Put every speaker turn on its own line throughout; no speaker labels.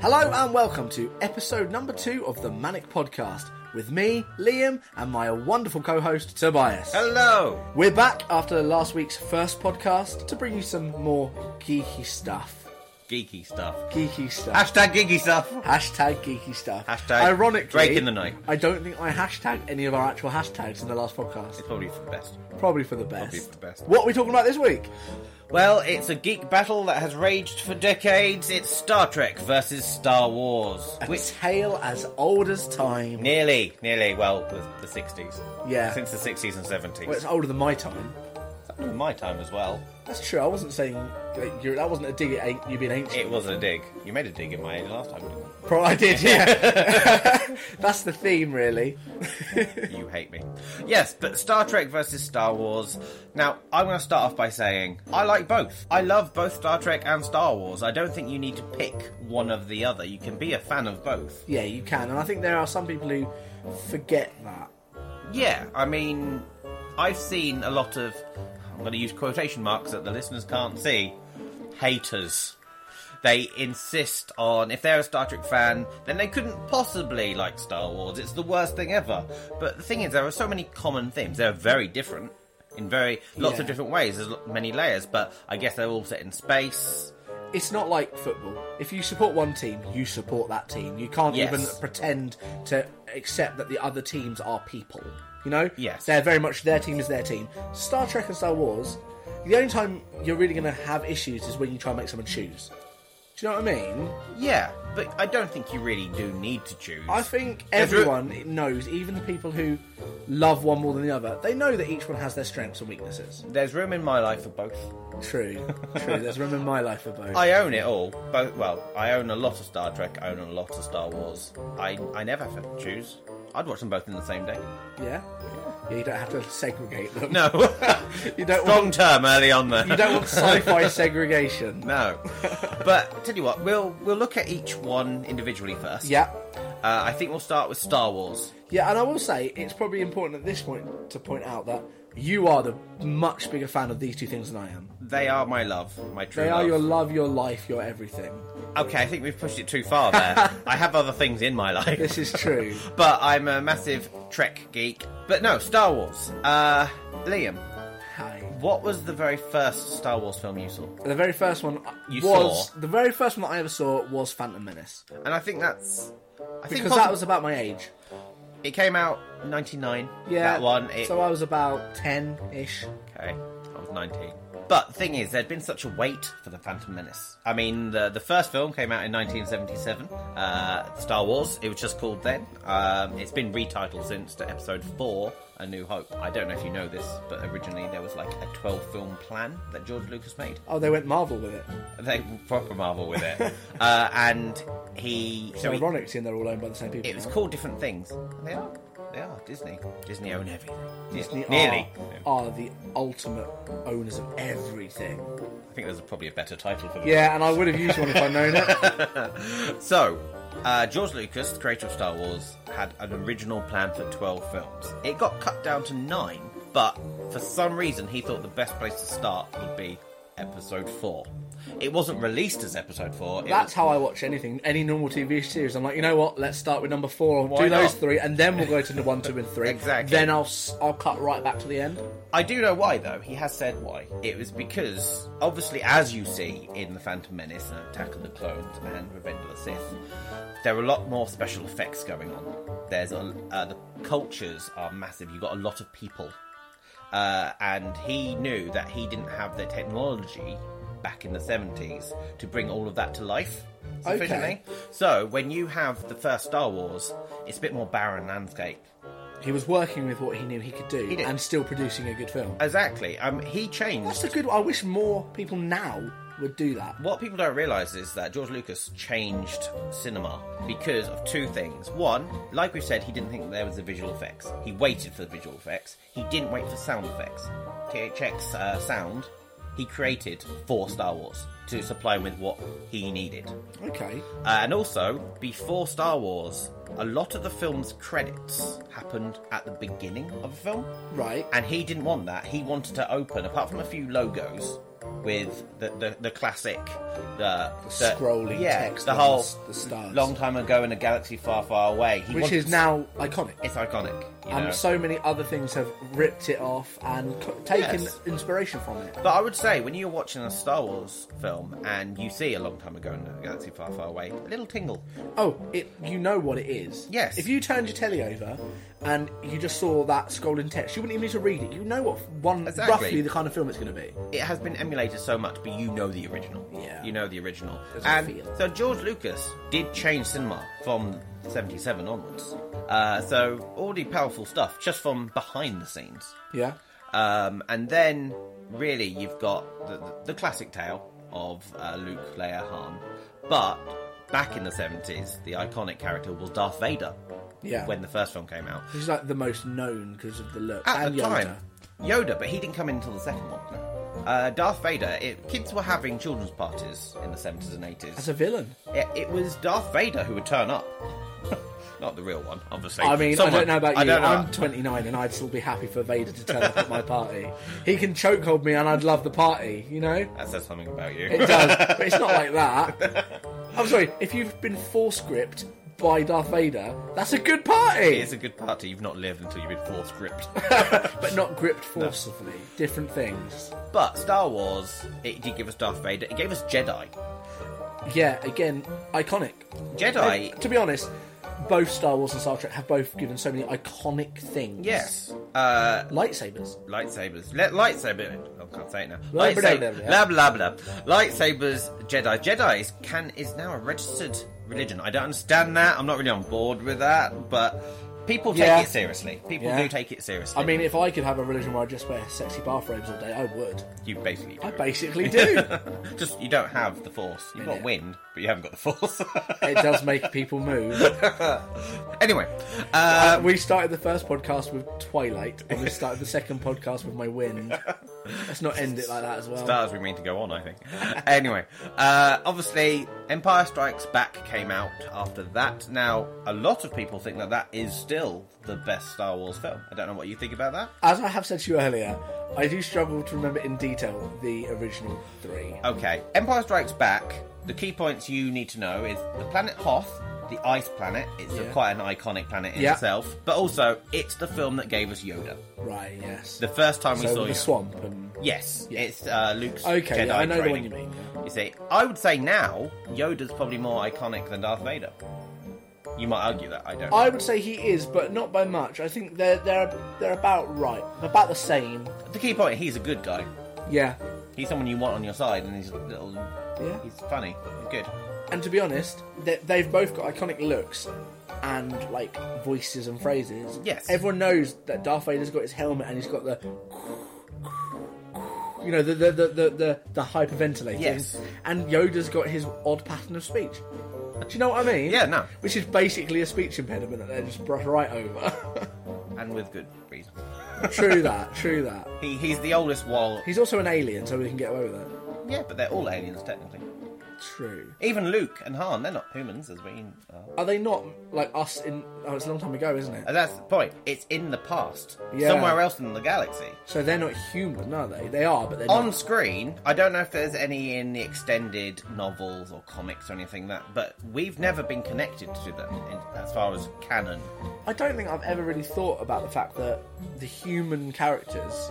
Hello and welcome to episode number two of the Manic Podcast with me, Liam, and my wonderful co host, Tobias.
Hello.
We're back after last week's first podcast to bring you some more geeky stuff.
Geeky stuff.
Geeky stuff.
Hashtag geeky stuff.
Hashtag geeky stuff.
Hashtag
Ironically,
Drake in the night.
I don't think I hashtagged any of our actual hashtags in the last podcast.
It's probably for the best.
Probably for the best.
for the best.
What are we talking about this week?
Well, it's a geek battle that has raged for decades. It's Star Trek versus Star Wars.
A
Which
tale as old as time.
nearly, nearly, well, the, the 60s.
Yeah.
Since the 60s and 70s.
Well, it's older than my time.
my time as well.
That's true. I wasn't saying that you're, that wasn't a dig at an- you being ancient.
It wasn't a dig. You made a dig in my age last time. didn't
Pro- I did, yeah. That's the theme, really.
You You hate me. Yes, but Star Trek versus Star Wars. Now, I'm going to start off by saying I like both. I love both Star Trek and Star Wars. I don't think you need to pick one of the other. You can be a fan of both.
Yeah, you can, and I think there are some people who forget that.
Yeah, I mean, I've seen a lot of. I'm going to use quotation marks that the listeners can't see. Haters. They insist on if they're a Star Trek fan, then they couldn't possibly like Star Wars. It's the worst thing ever. But the thing is, there are so many common themes. They're very different in very lots
Yeah.
of different ways. There's lo- many layers, but I guess they're all set in space.
It's not like football. If you support one team, you support that team. You can't
Yes.
even pretend to accept that the other teams are people. You know?
Yes.
They're very much their team is their team. Star Trek and Star Wars, the only time you're really going to have issues is when you try and make someone choose. Do you know what I mean?
Yeah, but I don't think you really do need to choose.
I think
If you're-
everyone knows, even the people who love one more than the other, they know that each one has their strengths and weaknesses.
There's room in my life for both.
True, true. There's room in my life for both.
I own it all. Both well, I own a lot of Star Trek. I own a lot of Star Wars. I I never have to choose. I'd watch them both in the same day.
yeah? yeah, you don't have to segregate them.
No,
you don't want
wrong term early on there.
you don't want sci-fi segregation.
no, but tell you what, we'll we'll look at each one individually first.
Yeah,
Uh, I think we'll start with Star Wars.
yeah. And I will say it's probably important at this point to point out that you are the much bigger fan of these two things than I am.
They are my love, my true
They
love.
are your love, your life, your everything.
Okay, I think we've pushed it too far there. I have other things in my life.
This is true.
But I'm a massive Trek geek. But no, Star Wars. Uh, Liam,
Hi.
what was the very first Star Wars film you saw?
The very first one
You
was
saw?
the very first one that I ever saw was Phantom Menace
And I think that's. I think
because that was about my age.
It came out 99.
Yeah,
That one. It,
So I was about ten ish.
okay. I was 19. But the thing is, there'd been such a wait for The Phantom Menace. I mean, the, the first film came out in 1977, uh, Star Wars. It was just called then. Um, it's been retitled since to Episode 4, A New Hope. I don't know if you know this, but originally there was like a 12 film plan that George Lucas made.
Oh, they went Marvel with it.
They proper marvel with it. uh, and he.
So
So he
ironic seeing they're all owned by the same people.
It was
now.
called different things. They are. They are Disney. Disney own everything.
Disney
Nearly.
Are, are the ultimate owners of everything.
I think there's probably a better title for them.
Yeah, and I would have used one if I'd known it.
So, uh, George Lucas, the creator of Star Wars, had an original plan for 12 films. It got cut down to nine, but for some reason he thought the best place to start would be Episode 4. It wasn't released as Episode 4. It
That's
was-
how I watch anything, any normal TV series. I'm like, you know what? Let's start with number four. I'll
Why
do those
not?
three, and then we'll go to the one, two, and three.
Exactly.
Then I'll s- I'll cut right back to the end.
I do know why, though. He has said why. It was because, obviously, as you see in The Phantom Menace and Attack of the Clones and Revenge of the Sith, there are a lot more special effects going on. There's a, uh, the cultures are massive. You've got a lot of people, uh, and he knew that he didn't have the technology back in the 70s to bring all of that to life sufficiently. So when you have the first Star Wars, it's a bit more barren landscape.
He was working with what he knew he could do,
did.
and still producing a good film.
Exactly. Um, he changed.
That's a good. I wish more people now would do that.
What people don't realise is that George Lucas changed cinema because of two things. One, like we said, he didn't think there was the visual effects. He waited for the visual effects. He didn't wait for sound effects. THX uh, sound. he created for Star Wars to supply him with what he needed.
Okay.
Uh, and also, before Star Wars, a lot of the film's credits happened at the beginning of a film.
Right.
And he didn't want that. He wanted to open, apart from a few logos, with the, the, the classic, the, the
scrolling
yeah,
text
the
on
whole
the s- the stars.
long time ago in a galaxy far, far away. He
Which
wants-
is now iconic.
it's iconic. You know?
And so many other things have ripped it off and c- taken
Yes.
inspiration from it.
But I would say when you're watching a Star Wars film and you see a long time ago in a galaxy far, far away, a little tingle.
Oh, it you know what it is.
Yes.
If you turned your telly over and you just saw that scrolling text, you wouldn't even need to read it. You know what one
Exactly.
roughly the kind of film it's going to be.
it has been emulated so much, but you know the original.
Yeah.
You know the original.
There's a
And
feel.
so George Lucas did change cinema from 77 onwards. Uh, so already powerful stuff just from behind the scenes.
Yeah.
Um, and then really you've got the, the, the classic tale of uh, Luke, Leia, Han. But back in the 70s, the iconic character was Darth Vader
Yeah.
when the first film came out.
He's like the most known because of the look
At
and
the
Yoda.
time, Yoda, but he didn't come in until the second one. Uh, Darth Vader. It, kids were having children's parties in the seventies and
As
eighties.
a villain.
It, it was Darth Vader who would turn up, not the real one, obviously.
I mean, I
Someone-
don't know about you.
I don't know.
I'm 29 and I'd still be happy for Vader to turn up at my party. He can chokehold me and I'd love the party, you know?
that says something about
It
you.
does, but it's not like that. I'm sorry, if you've been force gripped by Darth Vader, that's a good party!
It's a good party. You've not lived until you've been force gripped.
but not gripped forcefully. Different things.
but Star Wars, it did give us Darth Vader. It gave us Jedi.
Yeah, again, iconic.
Jedi.
And to be honest, both Star Wars and Star Trek have both given so many iconic things.
Yes. Uh,
Lightsabers.
lightsabers. Le- lightsaber. I can't say it now.
Blah, blah,
Lightsaber.
blah,
Blah
blah.
blah blah. Lightsabers. Jedi. Jedi is can is now a registered religion. I don't understand that. I'm not really on board with that, but people take
Yeah.
it seriously. People
Yeah.
do take it seriously.
I mean, if I could have a religion where I just wear sexy bathrobes all day, I would.
you basically. Do.
I basically do.
Just you don't have the force. You've got
Yeah.
wind, but you haven't got the force.
it does make people move.
anyway, uh,
we started the first podcast with Twilight, and we started the second podcast with my wind. Let's not end it like that as well.
stars we mean to go on. I think. anyway, uh, obviously, Empire Strikes Back came out after that. Now, a lot of people think that that is still the best Star Wars film. I don't know what you think about that.
As I have said to you earlier, I do struggle to remember in detail the original three.
Okay, Empire Strikes Back. The key points you need to know is the planet Hoth, the ice planet. It's a,
Yeah.
quite an iconic planet in
Yeah.
itself, but also it's the film that gave us Yoda.
Right, yes.
The first time we
so
saw
the
Yoda.
swamp and
Yes, it's uh, Luke's
Okay,
Jedi
yeah, I know the
training.
one you mean, yeah.
You see, I would say now Yoda's probably more iconic than Darth Vader. You might argue that I don't.
I would say he is, but not by much. I think they're they're they're about right, about the same.
know. The key point: he's a good guy.
Yeah,
He's someone you want on your side, and he's a little.
yeah.
He's funny. He's good.
And to be honest, they, they've both got iconic looks and like voices and phrases.
Yes.
everyone knows that Darth Vader's got his helmet and he's got the. You know the the the the, the, the hyperventilating,
Yes.
and Yoda's got his odd pattern of speech. Do you know what I mean?
Yeah, no.
Which is basically a speech impediment that they just brush right over.
and with good reason.
true that. True that.
He, he's the oldest while.
He's also an alien, so we can get away with it.
Yeah, but they're all aliens technically.
True.
Even Luke and Han, they're not humans as we uh, are.
Are they not like us in? Oh, it's a long time ago, isn't it?
And that's the point. It's in the past,
Yeah.
somewhere else in the galaxy.
So they're not human, are they? They are, but they're
On
not.
screen, I don't know if there's any in the extended novels or comics or anything that, but we've never been connected to them in, as far as canon.
I don't think I've ever really thought about the fact that the human characters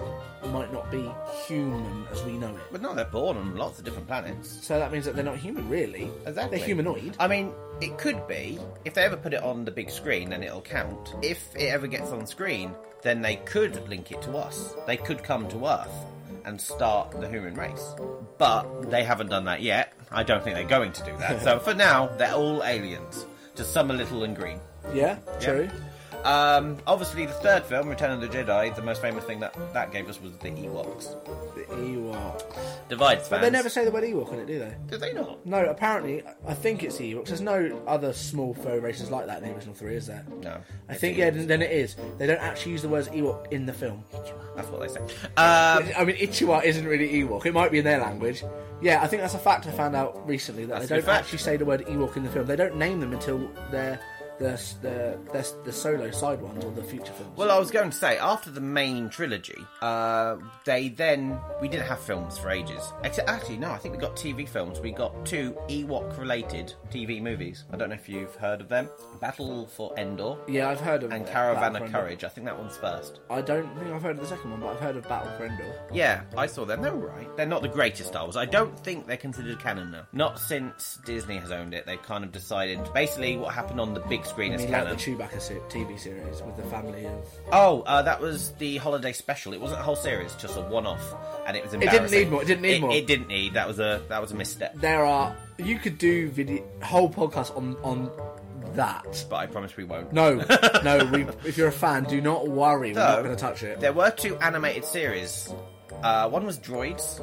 might not be human as we know it.
But no, they're born on lots of different planets.
So that means that they're not human, really.
Exactly.
They're humanoid.
I mean, it could be if they ever put it on the big screen, then it'll count. If it ever gets on screen, then they could link it to us. They could come to Earth and start the human race. But they haven't done that yet. I don't think they're going to do that. so for now, they're all aliens, just some are little and green.
Yeah, true.
Um, obviously, the third film, Return of the Jedi, the most famous thing that that gave us was the Ewoks.
The Ewok.
Divides fans.
They never say the word Ewok on it, do they?
Did they not?
No, apparently, I- I think it's the Ewoks. There's no other small furry races like that in the original three, is there?
No.
I
It's
think,
Ewoks.
yeah, then then it is. They don't actually use the words Ewok in the film.
That's what they say. Um,
I mean, Ichiwa isn't really Ewok. It might be in their language. Yeah, I think that's a fact I found out recently that
That's a
they
good
don't
fact.
actually say the word Ewok in the film. They don't name them until they're the the the solo side ones or the future films.
well, I was going to say after the main trilogy, uh, they then we didn't have films for ages. Except, actually, no, I think we got TV films. We got two Ewok-related TV movies. I don't know if you've heard of them: Battle for Endor
yeah, I've heard of
and
that-
Caravan
that
of
from-
Courage. I think that one's first.
I don't think I've heard of the second one, but I've heard of Battle for Endor.
Yeah, I saw them. They're alright. They're not the greatest Star Wars. I don't think they're considered canon now. Not since Disney has owned it. They've kind of decided basically what happened on the big screen
I
is
mean,
canon.
like the Chewbacca se- TV series with the family of.
Oh, uh, that was the holiday special. It wasn't a whole series, just a one-off, and it was embarrassing.
need more, it didn't need more.
It didn't need. That was a that was a misstep.
There are you could do video whole podcast on on that.
But I promise we won't.
No, no. We, if you're a fan, do not worry. We're
So,
not going to touch it.
There were two animated series. Uh, one was Droids,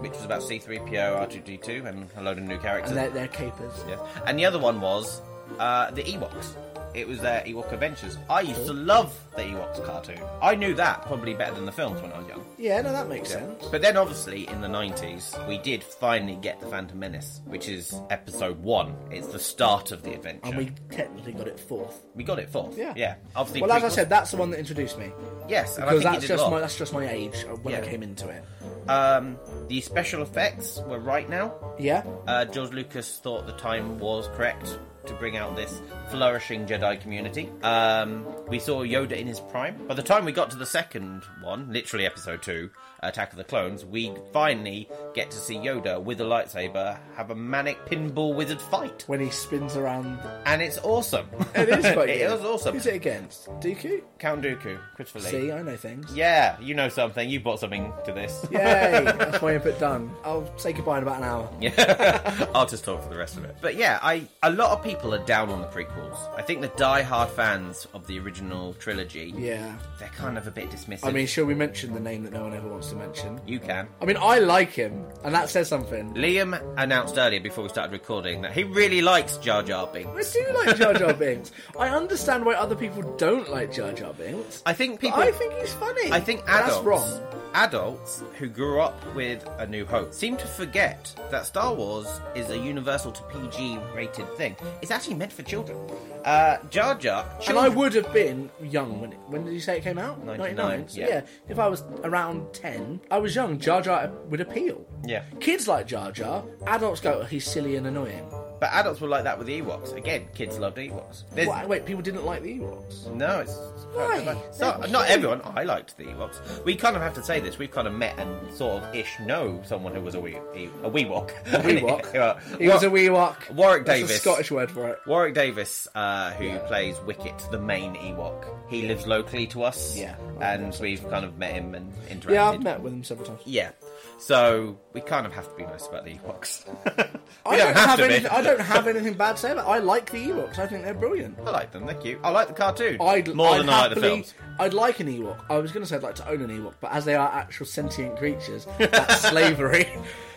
which was about C-3PO, R2-D2, and a load of new characters.
And they're, they're capers.
Yes. And the other one was uh, the Ewoks. It was their Ewok Adventures. I used to love the Ewoks cartoon. I knew that probably better than the films when I was young.
Yeah, no, that makes sense.
But then, obviously, in the 90s, we did finally get The Phantom Menace, which is episode one. It's the start of the adventure.
And we technically got it fourth.
We got it fourth.
Yeah.
Yeah. Obviously,
Well, as I
prequels-
said, that's the one that introduced me
yes, and I
because
think it
that's
did
just
well.
my that's just my age uh, when I
Yeah.
came into it.
Um, the special effects were right now.
Yeah,
Uh, George Lucas thought the time was correct to bring out this flourishing Jedi community. Um, we saw Yoda in his prime. By the time we got to the second one, literally episode two, Attack of the Clones, we finally get to see Yoda with a lightsaber have a manic pinball wizard fight.
when he spins around,
And it's awesome.
it is quite.
It
good.
is awesome.
Who's it against? Dooku.
Count Dooku, Christopher Lee.
See, I know things.
Yeah, you know something. You bought something to this.
Yay! That's my input done. I'll say goodbye in about an hour.
Yeah. I'll just talk for the rest of it. But yeah, I a lot of people are down on the prequels. I think the die-hard fans of the original trilogy,
Yeah.
they're kind of a bit dismissive.
I mean, shall we mention the name that no one ever wants to mention?
you can.
I mean, I like him, and that says something.
Liam announced earlier before we started recording that he really likes Jar Jar
I
Binks.
do like Jar Jar Binks. I understand why other people don't like Jar Jar Binks.
I think
But
people
I think he's funny.
I think
But
adults,
that's wrong.
adults who grew up with A New Hope seem to forget that Star Wars is a universal to PG rated thing. It's actually meant for children. Uh, Jar Jar.
And I
children-
would have been young when it, when did you say it came out?
99,
So
yeah.
yeah. if I was around 10, I was young. Jar Jar would appeal.
Yeah.
Kids like Jar Jar. Adults go, "Oh, he's silly and annoying.
But adults were like that with the Ewoks. Again, kids loved Ewoks. There's,
Why- wait, people didn't like the Ewoks.
No, it's
Why?
So,
They're
not
cute.
everyone. I liked the Ewoks. We kind of have to say this. We've kind of met and sort of ish know someone who was a wee e- a Weewok. A
Ewok. He
War-
was a Ewok.
Warwick
That's
Davis.
a Scottish word for it.
Warwick Davis, uh, who plays Wicket, the main Ewok. He lives locally to us.
Yeah.
and we've kind of met him and interacted.
Yeah, I've met with him several times.
Yeah. So we kind of have to be nice about the Ewoks. we
I don't, have,
to be.
anything, I don't have anything bad to say about. it. I like the Ewoks. I think they're brilliant.
I like them. They're cute. I like the cartoon
I'd,
more
I'd
than I like the
happily,
films.
I'd like an Ewok. I was going to say I'd like to own an Ewok, but as they are actual sentient creatures, that's slavery.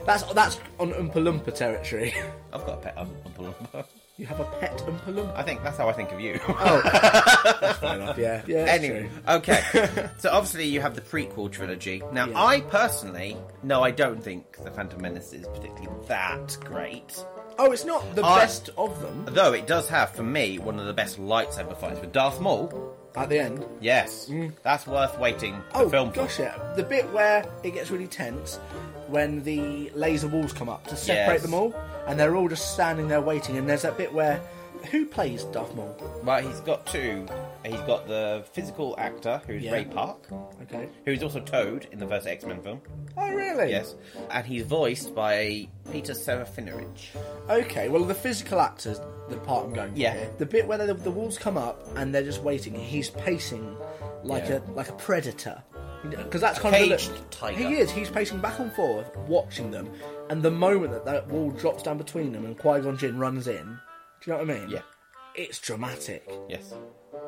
That's that's on Oompa Loompa territory.
I've got a pet Oompa Loompa.
You have a pet Oompa Loompa.
I think that's how I think of you.
Oh, fair enough. Yeah, yeah. that's
anyway,
true.
okay. so obviously you have the prequel trilogy. Now,
Yeah.
I personally, no, I don't think the Phantom Menace is particularly that great.
Oh, it's not the
I-
best of them
Though it does have, for me, one of the best lightsaber fights with Darth Maul.
at the end.
Yes, that's worth waiting the
Mm. Oh
film for.
gosh, yeah. The bit where it gets really tense when the laser walls come up to separate
Yes.
them all, and they're all just standing there waiting. And there's that bit where who plays Darth Maul?
Well, he's got two. He's got the physical actor who's
Yeah.
Ray Park,
Okay.
who's also Toad in the first X Men film.
Oh really?
Yes, and he's voiced by Peter Serafinovich.
Okay. Well, the physical actors, the part I'm going. for
Yeah.
here. The bit where the, the walls come up and they're just waiting. He's pacing like
Yeah.
a like a predator. Because that's
A
kind of the
caged
look-
tiger.
He is. He's pacing back and forth, watching them. And the moment that that wall drops down between them and Qui Gon Jinn runs in, do you know what I mean?
Yeah.
It's dramatic.
Yes.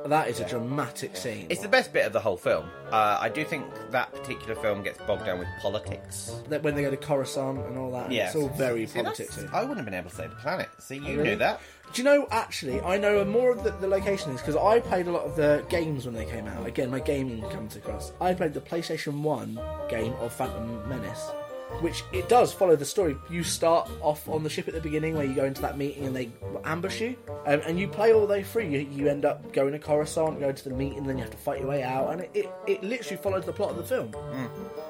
That is a dramatic scene.
It's the best bit of the whole film. Uh, I do think that particular film gets bogged down with politics.
That when they go to Coruscant and all that, and
Yeah,
it's all very
See, that's-
politics.
I wouldn't have been able to say the planet. So you
really?
knew that.
Do you know, actually, I know more of the, the location is because I played a lot of the games when they came out. Again, my gaming comes across. I played the PlayStation 1 game of Phantom Menace, which it does follow the story. You start off on the ship at the beginning where you go into that meeting and they ambush you, um, and you play all the way through. You, you end up going to Coruscant, going to the meeting, then you have to fight your way out, and it, it, it literally follows the plot of the film.
Hmm.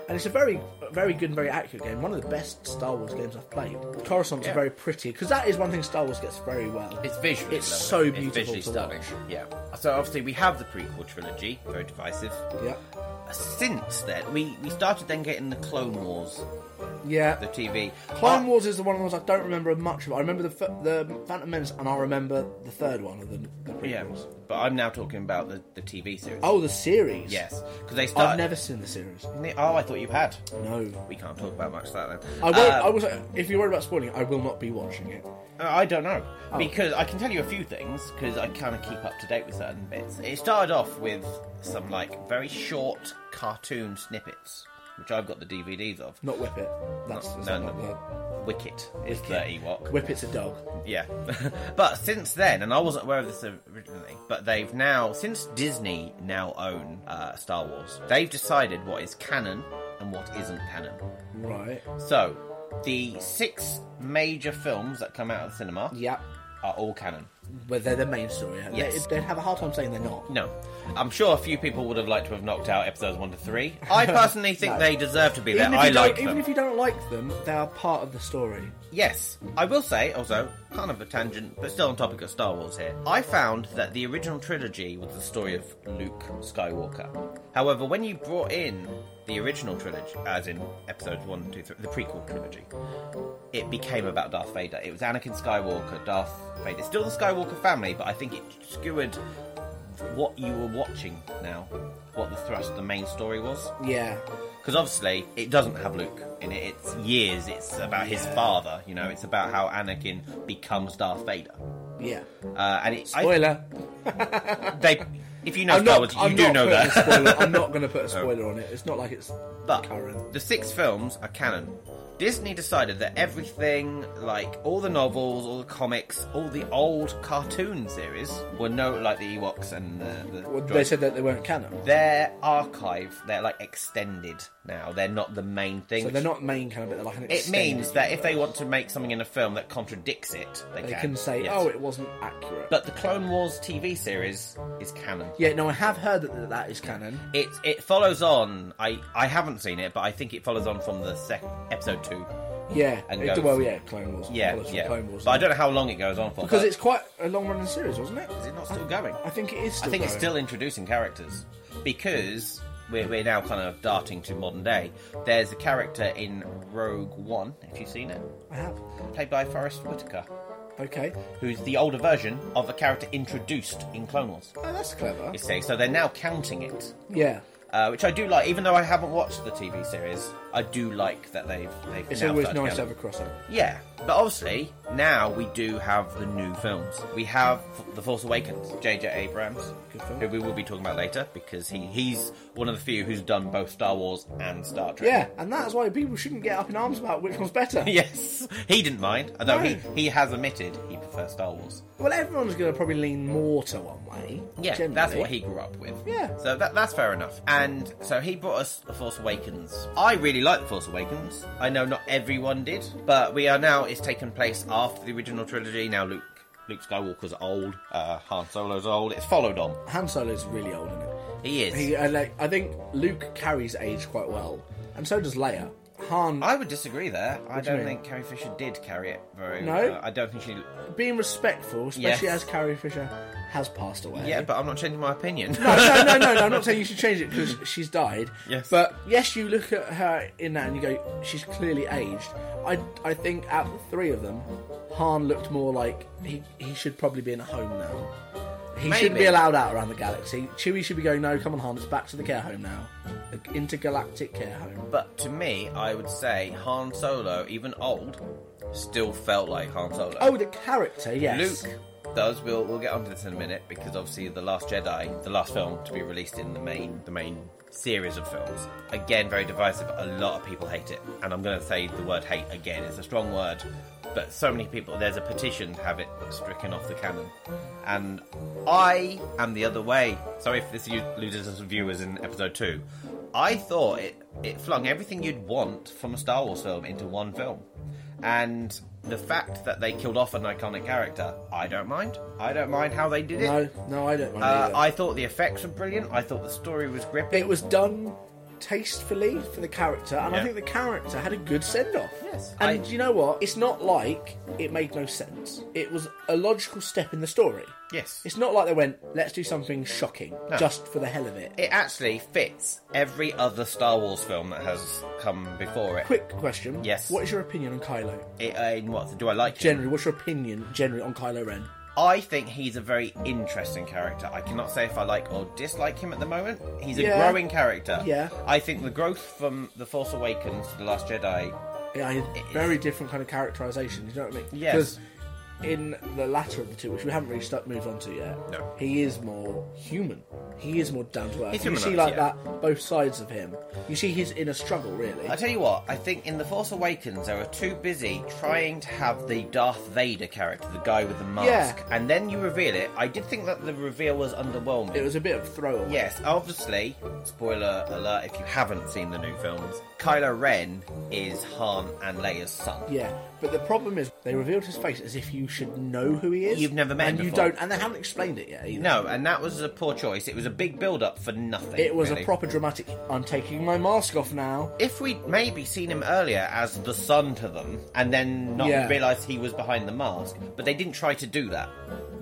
And it's a very, very good and very accurate game. One of the best Star Wars games I've played. Coruscant's
Yeah.
very pretty because that is one thing Star Wars gets very well.
It's visually
It's
lovely.
so beautiful
visually
to
stunning.
watch.
Yeah. So obviously we have the prequel trilogy, very divisive.
Yeah.
Since then, we we started then getting the Clone Wars,
Yeah.
the TV.
Clone
Uh,
Wars is the one of the ones I don't remember much of. I remember the f- the Phantom Menace, and I remember the third one of the, the prequels.
Yeah, but I'm now talking about the, the TV series.
Oh, the series.
yes, because they
I've
started.
never seen the series.
Oh, I thought you had.
No.
We can't talk about much of that then.
I won't.
Um,
I was. If you're worried about spoiling, it, I will not be watching it.
Uh, I don't know
Oh.
because I can tell you a few things because I kind of keep up to date with certain bits. It started off with some like very short cartoon snippets, which I've got the DVDs of.
Not whip it. That's is
no,
that
no.
not the-
Wicket is the Ewok.
Whip it's a dog.
Yeah, but since then, and I wasn't aware of this originally, but they've now since Disney now own uh, Star Wars, they've decided what is canon and what isn't canon.
Right.
So the six major films that come out of the cinema
Yeah.
are all canon.
But they're the main story. aren't they?
Yes.
They'd have a hard time saying they're not.
No. I'm sure a few people would have liked to have knocked out episodes one to three. I personally think
No.
they deserve to be
Even,
there.
if,
I
you don't,
like
even
them.
if you don't like them, they are part of the story.
Yes. I will say, also, kind of a tangent, but still on topic of Star Wars here. I found that the original trilogy was the story of Luke Skywalker. However, when you brought in the original trilogy, as in episodes one, two, three, the prequel trilogy, it became about Darth Vader. It was Anakin Skywalker, Darth Vader. It's Still the Skywalker family, but I think it skewered what you were watching now, what the thrust, the main story was.
Yeah.
Because obviously, it doesn't have Luke in it. It's years. It's about his father. You know, it's about how Anakin becomes Darth Vader.
Yeah.
Uh, and it, I-
Spoiler.
they, if you know
I'm
Star
not-
Wars, you
Oh, I'm
do
not
know
putting a
that. Oh.
spoiler- I'm not going to put a spoiler on it. It's not like it's
but
current.
the six films are canon. Disney decided that everything, like all the novels, all the comics, all the old cartoon series, were no like the Ewoks and the. the
Well,
droids.
they said that they weren't canon,
their archive, they're like extended now. They're not the main thing.
so
which
they're not main canon, but they're like an.
It
extended-
means that if they want to make something in a film that contradicts it, they,
they can say,
Yes.
"Oh, it wasn't accurate."
But the Clone Wars TV series is canon.
yeah, no, I have heard that that is canon.
It it follows on. I I haven't seen it, but I think it follows on from the second episode two.
Yeah,
And
it-
goes-
well, yeah, Clone Wars.
Yeah,
Follows from
yeah.
Clone Wars.
But I don't know how long it goes on for.
because
but-
it's quite a long-running series, wasn't it?
is it not still going?
I think it is. Still
I think it's
going.
still introducing characters because we're, we're now kind of darting to modern day. There's a character in Rogue One, if you've seen it,
I have.
played by Forrest Whitaker,
Okay.
who's the older version of a character introduced in Clone Wars.
Oh, that's clever.
You see, so they're now counting it,
Yeah.
uh, which I do like. Even though I haven't watched the TV series, I do like that they've they've.
It's
now
always
started
nice to
counting.
have a crossover.
Yeah, but obviously now we do have the new films. We have F- The Force Awakens, J.J. Abrams,
Good film.
who we will be talking about later because he he's one of the few who's done both Star Wars and Star Trek.
Yeah, and that's why people shouldn't get up in arms about which one's better.
Yes, he didn't mind, although he,
No.
he has admitted he prefers Star Wars.
Well, everyone's going to probably lean more to one way.
Yeah,
generally.
that's what he grew up with.
Yeah.
So that, that's fair enough. And so he brought us The Force Awakens. I really like The Force Awakens. I know not everyone did, but we are now, it's taken place after the original trilogy. Now Luke Luke Skywalker's old, uh, Han Solo's old. It's followed on.
Han Solo's really old, isn't it?
He is.
He, I, like, I think Luke carries age quite well, and so does Leia. Han,
I would disagree there. I
do you
don't
mean?
think Carrie Fisher did carry it very
No?
well. I don't think she.
being respectful, especially
Yes.
as Carrie Fisher has passed away.
Yeah, but I'm not changing my opinion.
no, no, no, no, no, I'm not saying you should change it because she's died.
Yes.
But yes, you look at her in that and you go, she's clearly aged. I, I think out of the three of them, Han looked more like he, he should probably be in a home now. He shouldn't be
Maybe.
allowed out around the galaxy. Chewie should be going, no, come on, Han, it's back to the care home now. The intergalactic care home.
But to me, I would say Han Solo, even old, still felt like Han Solo.
Oh, the Oh, character, yes.
Luke does. We'll we'll get onto this in a minute because obviously the Last Jedi, the last film to be released in the main the main series of films, again very divisive. A lot of people hate it, and I'm going to say the word hate again. It's a strong word, but so many people. There's a petition to have it stricken off the canon, and I am the other way. Sorry if this u- loses us viewers in episode two. I thought it it flung everything you'd want from a Star Wars film into one film. And the fact that they killed off an iconic character, I don't mind. I don't mind how they did it.
No, no, I don't mind.
Uh,
either.
I thought the effects were brilliant. I thought the story was gripping.
It was done tastefully for the character, and I
Yeah.
think the character had a good send off.
Yes.
And
I-
you know what? It's not like it made no sense. It was a logical step in the story.
yes.
It's not like they went, let's do something shocking
No.
just for the hell of it.
It actually fits every other Star Wars film that has come before it.
Quick question.
Yes.
What is your opinion on Kylo?
it uh, what do I like? it?
Generally, what's your opinion generally on Kylo Ren?
I think he's a very interesting character. I cannot say if I like or dislike him at the moment. He's a
Yeah.
growing character.
Yeah.
I think the growth from The Force Awakens to The Last Jedi
Yeah, I- very different kind of characterization. You know what I mean?
Yes.
Because in the latter of the two, which we haven't really stuck, moved on to yet,
No.
he is more human. He is more down to
He's
earth. You see, like
humanised, yeah.
that, both sides of him. You see his inner struggle, really.
I tell you what, I think in The Force Awakens they were too busy trying to have the Darth Vader character, the guy with the mask,
Yeah.
and then you reveal it. I did think that the reveal was underwhelming.
It was a bit of a throwaway.
yes, obviously, spoiler alert if you haven't seen the new films, Kylo Ren is Han and Leia's son.
Yeah, but the problem is they revealed his face as if you should know who he is.
You've never met
and
him
you
before.
don't, and they haven't explained it yet. Either.
No, and that was a poor choice. It was a big build up for nothing.
it was
really.
a proper dramatic. I'm taking my mask off now.
If we'd maybe seen him earlier as the son to them and then not
Yeah.
realised he was behind the mask, but they didn't try to do that.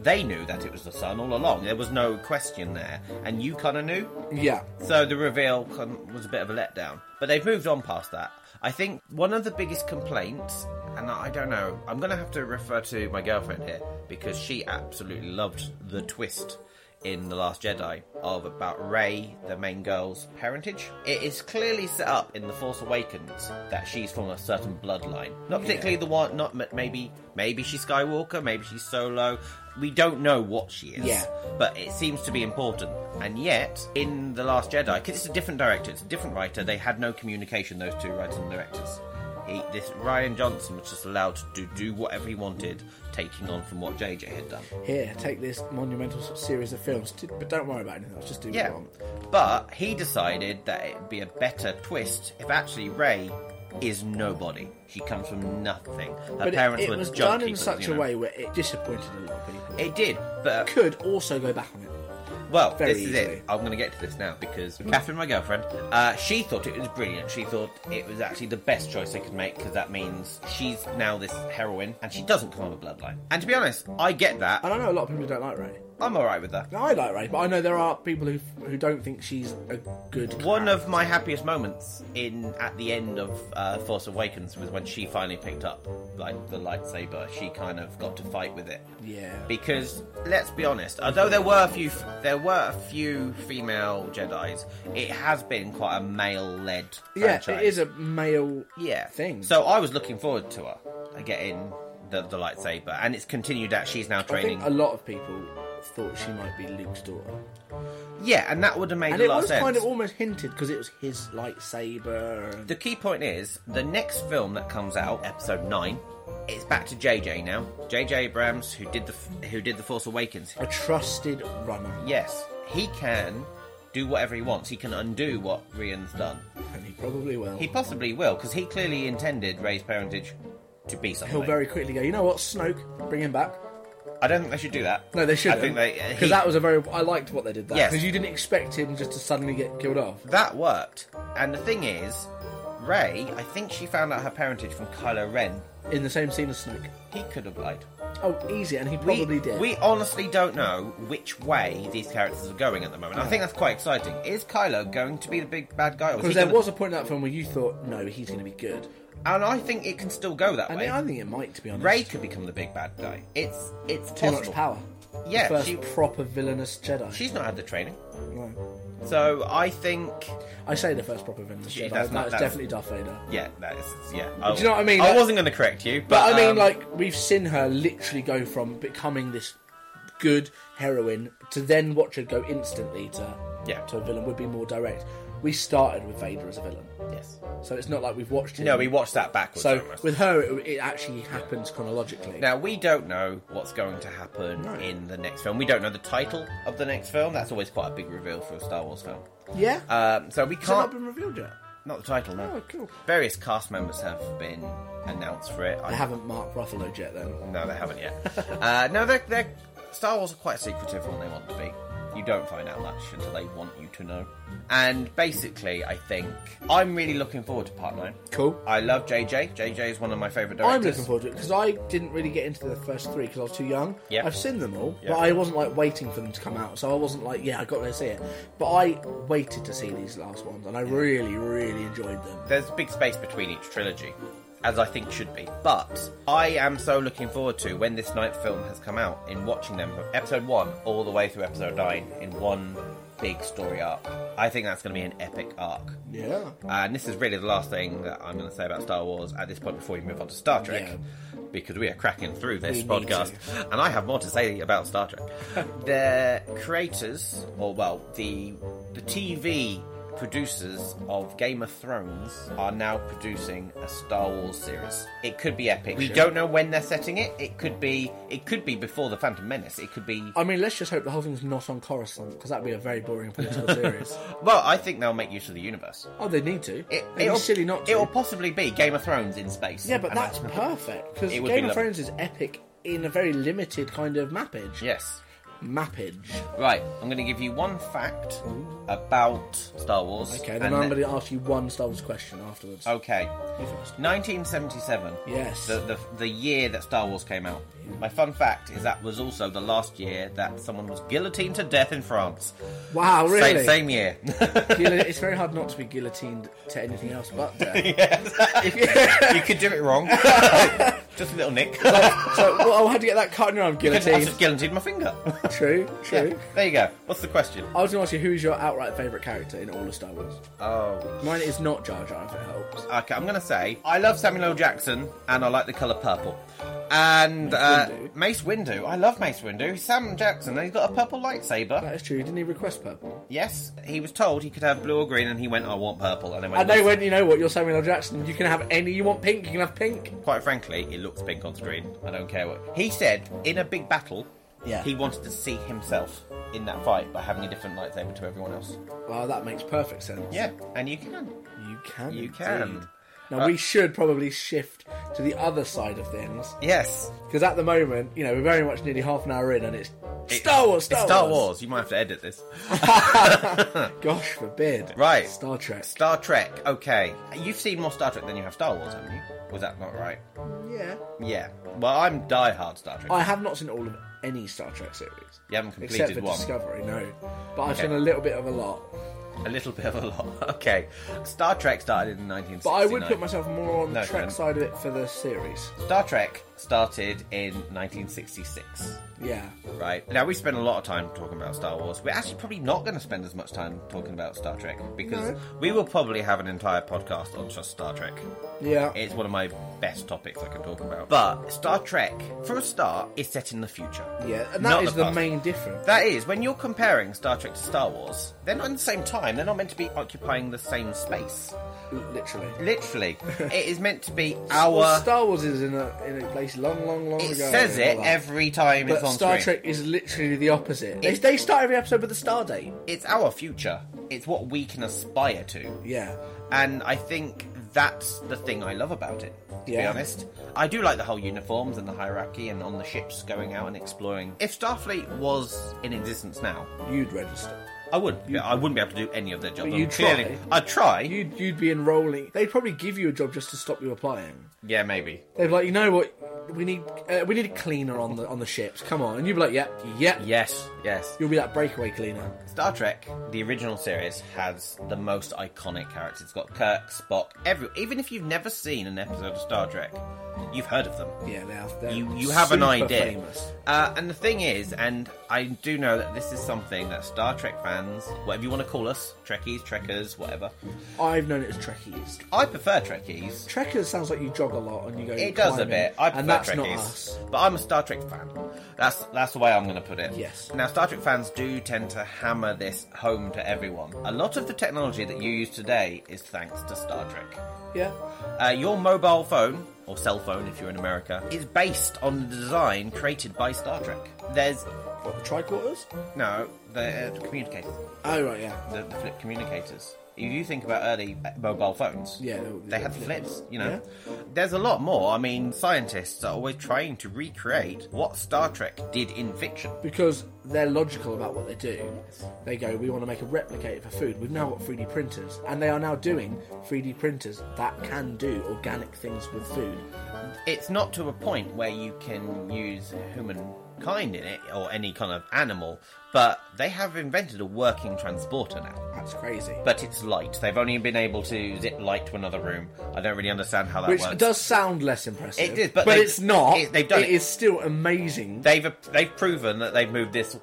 They knew that it was the son all along. There was no question there. And you kind of knew.
Yeah,
So the reveal con- was a bit of a letdown. But they've moved on past that. I think one of the biggest complaints, and I I don't know, I'm going to have to refer to my girlfriend here because she absolutely loved the twist in The Last Jedi of about Rey, the main girl's parentage. It is clearly set up in The Force Awakens that she's from a certain bloodline. Not particularly the one, not m- maybe, maybe she's Skywalker, maybe she's Solo. We don't know what she is
Yeah.
but it seems to be important. And yet, in The Last Jedi, because it's a different director, it's a different writer, they had no communication, those two writers and directors. He, this Ryan Johnson was just allowed to do whatever he wanted, taking on from what JJ had done.
here, take this monumental series of films, t- but don't worry about anything else. Just do what you
Yeah,
want.
but he decided that it'd be a better twist if actually Ray is nobody. She comes from nothing. Her
But it,
parents
it
were
was
junk
done in
keepers,
such
you
a
know.
way where it disappointed a lot of people.
It did, but
could also go back on it.
Well,
Very
this is
easily. Mm.
it. I'm going to get to this now because Catherine, my girlfriend, uh, she thought it was brilliant. She thought it was actually the best choice they could make because that means she's now this heroine and she doesn't come on a bloodline. And to be honest, I get
And
that.
I know a lot of people who don't like Ray.
I'm all right with that.
Now, I like Ray, but I know there are people who who don't think she's a good.
One
character.
of my happiest moments in at the end of uh, Force Awakens was when she finally picked up like the lightsaber. She kind of got to fight with it.
yeah.
because let's be honest, although there were a few there were a few female Jedi's, it has been quite a male-led
Yeah,
franchise.
it is a male
yeah
thing.
So I was looking forward to her uh, getting the, the lightsaber, and it's continued that she's now
I
training.
think a lot of people thought she might be Luke's daughter,
Yeah, and that would have made
and
a
it
lot
was
of sense.
kind of almost hinted because it was his lightsaber. And
The key point is the next film that comes out, Episode Nine. It's back to JJ now. JJ Abrams, who did the f- who did the Force Awakens,
a trusted runner,
yes, he can do whatever he wants. He can undo what Rian's done.
and he probably will.
He possibly will, because he clearly intended Ray's parentage to be something.
He'll very quickly go. You know what, Snoke, bring him back.
I don't think they should do that.
No, they should.
I think they uh, he-
because that was a very. I liked what they did there
Yes.
because you didn't expect him just to suddenly get killed off.
that worked. And the thing is, Ray, I think she found out her parentage from Kylo Ren.
in the same scene as Snoke.
He could have lied.
Oh, easy, and he probably
we,
did.
We honestly don't know which way these characters are going at the moment. I think that's quite exciting. Is Kylo going to be the big bad guy? Or is he
because there
gonna-
was a point in that film where you thought, no, he's going to be good,
and I think it can still go that
and
way.
I think it might, to be honest.
Ray could become the big bad guy. It's it's
too
possible.
much power.
Yeah,
the first
she-
proper villainous Jedi.
She's not had the training,
No.
so I think
I say the first proper villainous
She-
Jedi.
that's
That's,
not- that's-
definitely Darth Vader.
Yeah, that is. Yeah. I,
Do you know what I mean?
I
Like-
wasn't going to correct you, um,
But
but,
I mean,
um,
like we've seen her literally go from becoming this good heroine to then watch her go instantly to
Yeah.
to a villain would be more direct. We started with Vader as a villain,
Yes.
so it's not like we've watched him.
No, we watched that backwards.
so
almost.
with her, it, it actually happens chronologically.
Now we don't know what's going to happen in the next film. We don't know the title of the next film. That's always quite a big reveal for a Star Wars film.
yeah,
Um, so we
Has it not
can't.
been revealed yet.
Not the title. No.
Oh, cool.
Various cast members have been announced for it.
I
I
haven't marked Ruffalo yet. Then
No, they haven't yet. uh, no, they're, they're, Star Wars are quite secretive when they want to be. You don't find out much until they want you to know. And basically, I think I'm really looking forward to Part Nine.
Cool.
I love JJ. JJ is one of my favourite directors.
I'm looking forward to it because I didn't really get into the first three because I was too young.
Yeah.
I've seen them all,
Yeah.
but I wasn't like waiting for them to come out, so I wasn't like, yeah, I got to go see it. But I waited to see these last ones, and I really, really enjoyed them.
There's a big space between each trilogy, as I think should be. But I am so looking forward to when this ninth film has come out in watching them from episode one all the way through episode nine in one big story arc. I think that's going to be an epic arc.
Yeah.
And this is really the last thing that I'm going to say about Star Wars at this point before we move on to Star Trek,
Yeah.
because we are cracking through this
We need
podcast, and I have more to say about Star Trek. the creators, or well, the the TV producers of Game of Thrones are now producing a Star Wars series. It could be epic. We don't know when they're setting it. It could be. It could be before the Phantom Menace. It could be.
I mean, let's just hope the whole thing's not on Coruscant because that'd be a very boring political series.
Well, I think they'll make use of the universe.
Oh, they need to.
It,
It'd be silly not to.
It'll possibly be Game of Thrones in space.
yeah, but
And
that's perfect because
It
Game
would
of
be lovely.
Thrones is epic in a very limited kind of mappage.
Yes.
Mappage.
Right, I'm going to give you one fact about Star Wars.
Okay,
and
then I'm
the-
going to ask you one Star Wars question afterwards.
Okay.
You first.
1977.
Yes.
The, the, the year that Star Wars came out. My fun fact is that was also the last year that someone was guillotined to death in France.
Wow, really?
Same, same year.
Guillo- it's very hard not to be guillotined to anything else but death.
you could do it wrong. Just a little nick.
so, well, oh, I had to get that cut in your arm
I
guillotine.
just guillotined my finger.
True, true.
Yeah, There you go. What's the question?
I was going to ask you, who's your outright favourite character in all of Star Wars?
Oh.
Mine is not Jar Jar, if it helps.
Okay, I'm gonna say I love Samuel L. Jackson and I like the color purple. And uh,
Windu.
Mace Windu, I love Mace Windu. He's Sam Jackson, and he's got a purple lightsaber.
That is true. Didn't he request purple?
Yes, he was told he could have blue or green, and he went, "I want purple." And they went,
And they
"Listen,
went, you know what? You're Samuel L. Jackson. You can have any. You want pink? You can have pink.
Quite frankly, it looks pink on screen. I don't care what he said. In a big battle,
Yeah.
he wanted to see himself in that fight by having a different lightsaber to everyone else.
Well, that makes perfect sense.
Yeah, and you can.
You can.
You
indeed.
can.
Now we should probably shift to the other side of things
Yes,
because at the moment, you know, we're very much nearly half an hour in, and it's Star Wars. Star,
It's Star Wars. You might have to edit this.
Gosh forbid.
Right.
Star Trek.
Star Trek. Okay, you've seen more Star Trek than you have Star Wars, haven't you? Was that not right?
yeah.
Yeah. Well, I'm diehard Star Trek.
I have not seen all of any Star Trek series.
You haven't completed
Except for
one.
Discovery, no. But I've
Okay.
seen a little bit of a lot.
A little bit of a lot. Okay. Star Trek started in 1969.
But I would put myself more on
No,
the Trek
then.
side of it for the series.
Star Trek started in 1966.
Yeah.
Right. Now we spent a lot of time talking about Star Wars. We're actually probably not going to spend as much time talking about Star Trek because
No.
we will probably have an entire podcast on just Star Trek.
Yeah.
It's one of my best topics I can talk about. But Star Trek, for a start, is set in the future.
yeah. And
Not
that is
the
the,
past.
main difference.
That is, when you're comparing Star Trek to Star Wars, they're not in the same time. They're not meant to be occupying the same space.
literally.
Literally, it is meant to be
Well,
our.
Star Wars is in a in a place long, long, long
It
ago.
says
and all
it
that.
every time
But
it's on
Star
screen.
Trek is literally the opposite. They,
It-
they start every episode with a star date.
It's our future. It's what we can aspire to,
Yeah.
and I think that's the thing I love about it. To be
Yeah.
honest, I do like the whole uniforms and the hierarchy and on the ships going out and exploring. If Starfleet was in existence now,
You'd register.
I would. Yeah, I wouldn't be able to do any of their jobs.
But you
I'm clearly-
try.
I'd try.
You'd you'd be enrolling. They'd probably give you a job just to stop you applying.
Yeah, maybe.
They'd be like, you know what? We need uh, we need a cleaner on the on the ships. Come on, and you'd be like, yep, yep.
Yes, yes.
You'll be that breakaway cleaner.
Star Trek, the original series, has the most iconic characters. It's got Kirk, Spock, every. Even if you've never seen an episode of Star Trek, You've heard of them.
Yeah, they are. they're
You, you have an
super
idea.
Famous.
Uh, and the thing is, and I do know that this is something that Star Trek fans, whatever you want to call us, Trekkies, Trekkers, whatever.
I've known it as Trekkies.
I prefer Trekkies.
Trekkers sounds like you jog a lot and you go.
It does a
climbing,
bit. I prefer
and that's
Trekkies,
not us.
but I'm a Star Trek fan. That's that's the way I'm going to put it.
Yes.
Now, Star Trek fans do tend to hammer this home to everyone. A lot of the technology that you use today is thanks to Star Trek.
Yeah,
Uh, your mobile phone, or cell phone if you're in America, is based on the design created by Star Trek. There's
what the tricorders?
no the uh, communicators,
Oh right, yeah,
the, the flip communicators. If you think about early uh, mobile phones,
yeah.
they had the flips, you know. There's a lot more. I mean, scientists are always trying to recreate what Star Trek did in fiction.
because they're logical about what they do. They go, we want to make a replicator for food. We've now got 3D printers, and they are now doing 3D printers that can do organic things with food.
It's not to a point where you can use humankind in it or any kind of animal, but they have invented a working transporter now.
That's crazy.
But it's light. They've only been able to zip light to another room. I don't really understand how that
Which
works.
does sound less impressive.
It is, but they-
it's not.
it- they've done it.
It is still amazing.
They've they've proven that they've moved this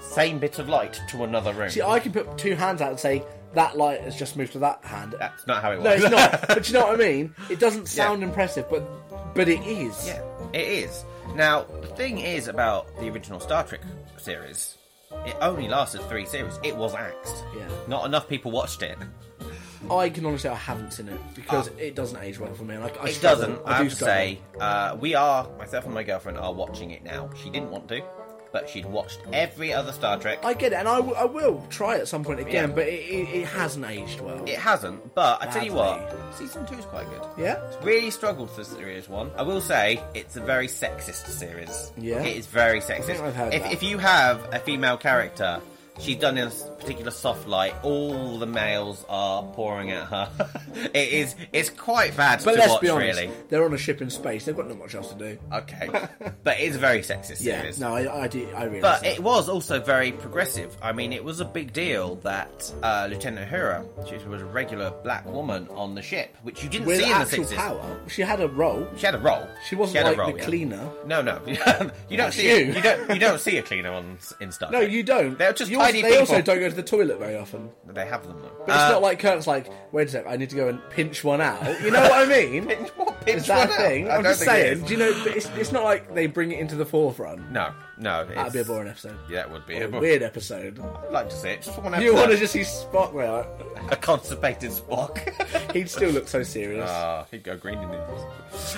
same bit of light to another room.
See, I can put two hands out and say that light has just moved to that hand.
That's not how it works.
no, it's not. but you know what I mean. It doesn't sound impressive, but but it is.
Yeah, it is. Now, the thing is about the original Star Trek series, it only lasted three series. It was axed.
Yeah.
Not enough people watched it.
I can honestly, say I haven't seen it because it doesn't age well for me. and I, I
Oh. It
struggle.
doesn't,
I,
I
do
have to
struggle.
say. Uh, we are, myself and my girlfriend, are watching it now. She didn't want to, but she'd watched every other Star Trek.
I get it, and I, w- I will try at some point again,
Yeah.
but it, it, it hasn't aged well.
It hasn't, but I tell you what,
Badly.
season two is quite good.
Yeah?
Really struggled for series one. I will say it's a very sexist series.
Yeah.
it is very sexist.
think I've heard
if,
that.
if you have a female character, she's done in a s- particular soft light. All the males are pouring at her. it is. It's quite bad
But
to
let's
watch,
be honest,
really.
they're on a ship in space, they've got not much else to do.
Okay, but it's a very sexist
Yeah,
series.
no, I, I do, I realise
But
that.
it was also very progressive. I mean, it was a big deal that uh, Lieutenant Uhura, she was a regular black woman on the ship, which you didn't
With
see in the
actual
60s.
power, she had a role.
She had a role.
She wasn't
had a
like
role,
the
yeah.
cleaner.
No, no, you don't
That's
see you.
you.
you don't you don't see a cleaner on in Star
No,
Trek.
you don't.
They're just
you
tidy
also, They
people.
also don't go to the toilet very often.
They have them though. Uh,
But it's not like Kurt's like, wait a sec, I need to go and pinch one out. You know what I mean?
pinch, what pinch
Is that a
one
thing?
Out? I
I'm
don't
just
think it
saying.
is.
Do you know? But it's, it's not like they bring it into the forefront.
No, no.
That'd be a
it's-
boring episode.
Yeah, that would be a
A
boring.
weird episode.
I'd like to see it. Just one
You
episode.
want to just see Spock there? like,
a constipated Spock.
He'd still look so serious.
Ah, he'd go green in the eyes.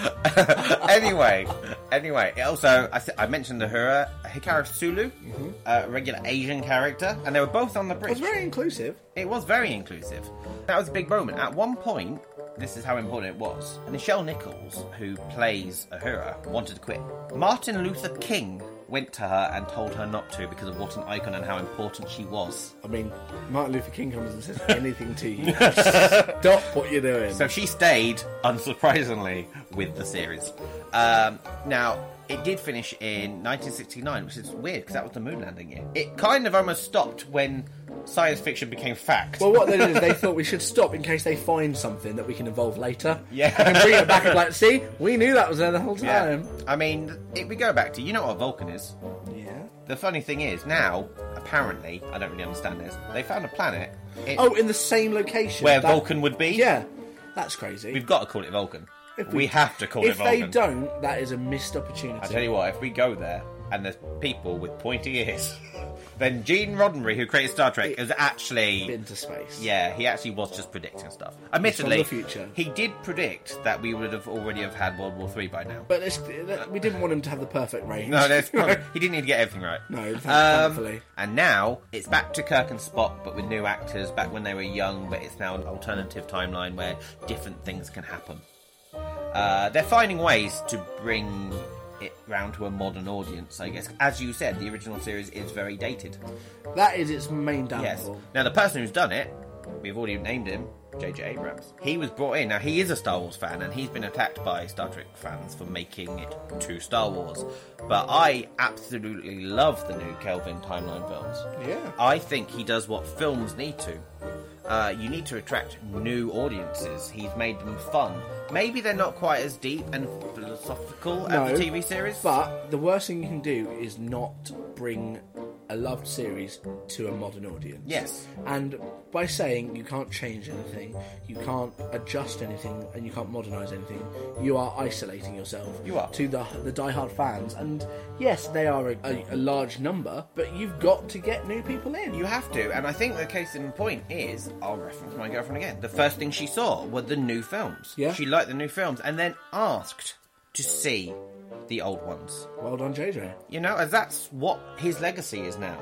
anyway, anyway, it also I, s- I mentioned the Hura Hikaru Sulu,
Mm-hmm.
a regular Asian character, and they were both on the
it was
bridge.
very inclusive.
It was very inclusive. That was a big moment. At one point, this is how important it was. Nichelle Nichols, who plays Ahura, wanted to quit. Martin Luther King went to her and told her not to because of what an icon and how important she was.
I mean, Martin Luther King comes and says anything to you. Stop what you're doing.
So she stayed, unsurprisingly, with the series. Um, now, it did finish in 1969, which is weird because that was the moon landing year. It kind of almost stopped when science fiction became fact.
well, what they did is they thought we should stop in case they find something that we can evolve later.
Yeah.
And bring it back and be like, see, we knew that was there the whole
Yeah.
time.
I mean, if we go back to you know what a Vulcan is.
Yeah.
The funny thing is now, apparently, I don't really understand this. They found a planet it,
Oh, in the same location.
where
That-
Vulcan would be.
Yeah. That's crazy.
we've got to call it Vulcan.
If
we,
we-
have to call it
if
Vulcan.
they don't, that is a missed opportunity.
I tell you what, if we go there and there's people with pointy ears, then Gene Roddenberry, who created Star Trek, is actually
Been to space.
Yeah, he actually was just predicting stuff. Admittedly,
the future.
he did predict that we would have already have had World War Three by now.
But it's, that- we didn't want him to have the perfect range.
No, that's fine. he didn't need to get everything right.
No, thank-
Um,
thankfully.
and now it's back to Kirk and Spock, but with new actors. Back when they were young, but it's now an alternative timeline where different things can happen. Uh, they're finding ways to bring it round to a modern audience, I guess. As you said, the original series is very dated.
That is its main
Yes.
downfall.
Now the person who's done it, we've already named him. J.J. Abrams. He was brought in. Now he is a Star Wars fan, and he's been attacked by Star Trek fans for making it too Star Wars. But I absolutely love the new Kelvin timeline films.
Yeah.
I think he does what films need to. uh, you need to attract new audiences. He's made them fun. Maybe they're not quite as deep and philosophical
No,
as the TV series.
But the worst thing you can do is not bring a loved series to a modern audience.
Yes.
And by saying you can't change anything, you can't adjust anything, and you can't modernise anything, you are isolating yourself.
You are.
to the the diehard fans, and yes, they are a, a, a large number, but you've got to get new people in.
You have to, and I think the case in point is I'll reference my girlfriend again. The first thing she saw were the new films.
Yeah.
She liked the new films and then asked to see the old ones.
well done, JJ.
You know, as that's what his legacy is now.